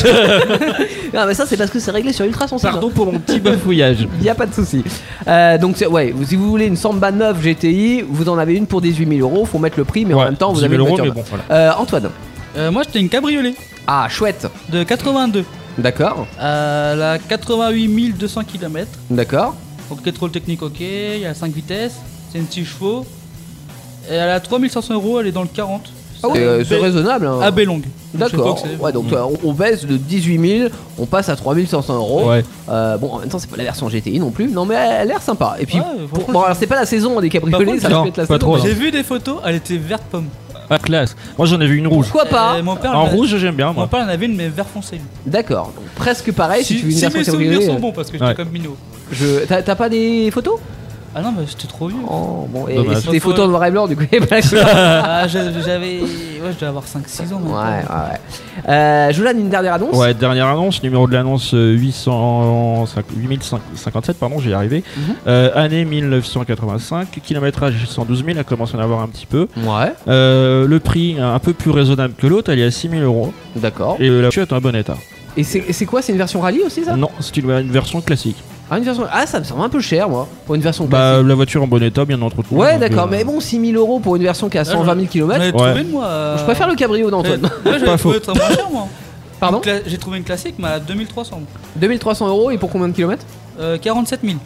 [SPEAKER 3] (laughs) non mais ça c'est parce que c'est réglé sur Ultrason.
[SPEAKER 4] Pardon pour
[SPEAKER 3] (laughs)
[SPEAKER 4] mon petit bafouillage.
[SPEAKER 3] Il n'y a pas de souci. Euh, donc, c'est- ouais, si vous voulez une Samba 9 GTI, vous en avez une pour 18 000 euros. Faut mettre le prix, mais en
[SPEAKER 4] Ouais,
[SPEAKER 3] même temps, vous
[SPEAKER 4] 10 000
[SPEAKER 3] avez une
[SPEAKER 4] euros,
[SPEAKER 3] voiture.
[SPEAKER 4] mais
[SPEAKER 3] neuve.
[SPEAKER 4] bon, voilà.
[SPEAKER 3] Euh, Antoine.
[SPEAKER 5] Euh, moi j'étais une cabriolet
[SPEAKER 3] Ah, chouette.
[SPEAKER 5] de 82.
[SPEAKER 3] D'accord.
[SPEAKER 5] Euh, Elle a 88 200 km.
[SPEAKER 3] D'accord.
[SPEAKER 5] Donc contrôle technique ok, il y a 5 vitesses, c'est une 6 chevaux. Et elle a 3500 euros, elle est dans le 40.
[SPEAKER 3] Ah ouais, euh, c'est raisonnable. hein.
[SPEAKER 5] AB longue.
[SPEAKER 3] D'accord. Ouais, donc euh, on- on baisse de 18 000, on passe à 3500 euros.
[SPEAKER 4] Ouais.
[SPEAKER 3] Euh, bon, en même temps, c'est pas la version GTI non plus. Non, mais elle a l'air sympa. Et puis,
[SPEAKER 5] Ouais,
[SPEAKER 3] pour-
[SPEAKER 5] franchement,
[SPEAKER 3] bon, alors c'est pas la saison hein, des
[SPEAKER 5] Par
[SPEAKER 3] cabriolets,
[SPEAKER 5] contre,
[SPEAKER 3] ça
[SPEAKER 4] non,
[SPEAKER 3] peut être la
[SPEAKER 4] pas
[SPEAKER 3] saison.
[SPEAKER 4] trop,
[SPEAKER 3] mais
[SPEAKER 5] J'ai vu des photos, elle était verte pomme.
[SPEAKER 4] Ah, classe. Moi, j'en ai vu une rouge.
[SPEAKER 3] Pourquoi pas
[SPEAKER 5] Euh, mon
[SPEAKER 3] Ah,
[SPEAKER 5] père,
[SPEAKER 4] En
[SPEAKER 3] bah.
[SPEAKER 5] elle-
[SPEAKER 4] rouge, j'aime bien,
[SPEAKER 5] Mon
[SPEAKER 4] moi.
[SPEAKER 5] père en avait une, mais vert foncé.
[SPEAKER 3] D'accord. Donc, Presque pareil si,
[SPEAKER 5] si
[SPEAKER 3] tu veux une
[SPEAKER 5] si
[SPEAKER 3] version
[SPEAKER 5] mes souvenirs
[SPEAKER 3] cabriolet.
[SPEAKER 5] sont bons, parce que j'étais
[SPEAKER 4] Ouais.
[SPEAKER 5] comme minot.
[SPEAKER 3] je- T'as t'as pas des photos
[SPEAKER 5] Ah non, mais
[SPEAKER 4] (laughs)
[SPEAKER 5] j'étais trop vieux.
[SPEAKER 3] Oh, bon, et,
[SPEAKER 4] Dommage.
[SPEAKER 3] et c'est des photos en noir et blanc, du coup, il y a pas la couleur.
[SPEAKER 5] ah, j'a- j'avais. Ouais, je devais avoir 5-6 ans.
[SPEAKER 3] Ouais,
[SPEAKER 5] maintenant.
[SPEAKER 3] ouais, ouais. Euh, Jolan, une dernière annonce
[SPEAKER 4] Ouais, dernière annonce, numéro de l'annonce euh, 800 cinq- 8057, pardon, j'y ai arrivé.
[SPEAKER 3] Mhm.
[SPEAKER 4] Euh, année 1985, kilométrage 112 000, elle commence à en avoir un petit peu.
[SPEAKER 3] Ouais,
[SPEAKER 4] Euh, le prix un peu plus raisonnable que l'autre, elle est à 6 000 euros.
[SPEAKER 3] d'accord.
[SPEAKER 4] Et euh, Mm. la voiture est en bon état.
[SPEAKER 3] Et c'est c'est quoi C'est une version rallye aussi, ça
[SPEAKER 4] Non, c'est une, une version classique.
[SPEAKER 3] Ah, une version... ah, ça me semble un peu cher, moi, pour une version
[SPEAKER 4] Bah,
[SPEAKER 3] classique.
[SPEAKER 4] la voiture en bon état, bien entretenu.
[SPEAKER 3] ouais,
[SPEAKER 4] donc,
[SPEAKER 3] d'accord,
[SPEAKER 4] euh,
[SPEAKER 3] mais bon, 6000 euros pour une version qui a 120 000
[SPEAKER 5] J'en ai
[SPEAKER 3] km.
[SPEAKER 4] Ouais.
[SPEAKER 5] trouvé une, moi.
[SPEAKER 3] Je préfère le cabrio d'Antoine.
[SPEAKER 5] Ouais, j'avais
[SPEAKER 4] Pas faux.
[SPEAKER 5] trouvé très moins cher, moi.
[SPEAKER 3] (laughs) Pardon
[SPEAKER 5] Une cla- J'ai trouvé une classique, mais à 2300.
[SPEAKER 3] 2300 euros et pour combien de kilomètres
[SPEAKER 5] Euh, 47 000.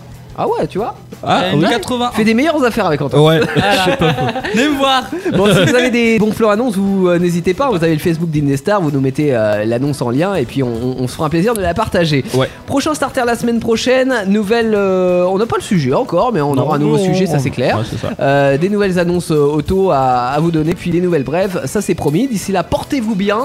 [SPEAKER 3] Ah ouais, tu vois
[SPEAKER 4] Ah,
[SPEAKER 5] Euh,
[SPEAKER 4] oui.
[SPEAKER 5] 81.
[SPEAKER 3] Fais des meilleures affaires avec
[SPEAKER 4] (laughs)
[SPEAKER 3] Antoine. (laughs)
[SPEAKER 4] Ouais.
[SPEAKER 5] Voilà. Venez me voir.
[SPEAKER 3] Bon, si vous avez des bons plans annonces, vous euh, n'hésitez pas. Vous avez le Facebook d'Indestar, vous nous mettez euh, l'annonce en lien et puis on, on- on se fera un plaisir de la partager.
[SPEAKER 4] Ouais.
[SPEAKER 3] Prochain starter la semaine prochaine, nouvelle. euh, on n'a pas le sujet encore, mais on
[SPEAKER 4] Non,
[SPEAKER 3] aura un nouveau
[SPEAKER 4] on-
[SPEAKER 3] sujet, ça
[SPEAKER 4] on-
[SPEAKER 3] c'est clair.
[SPEAKER 4] Ouais, c'est ça.
[SPEAKER 3] Euh, des nouvelles annonces euh, auto à, à vous donner, puis des nouvelles brèves, ça c'est promis. D'ici là, portez-vous bien.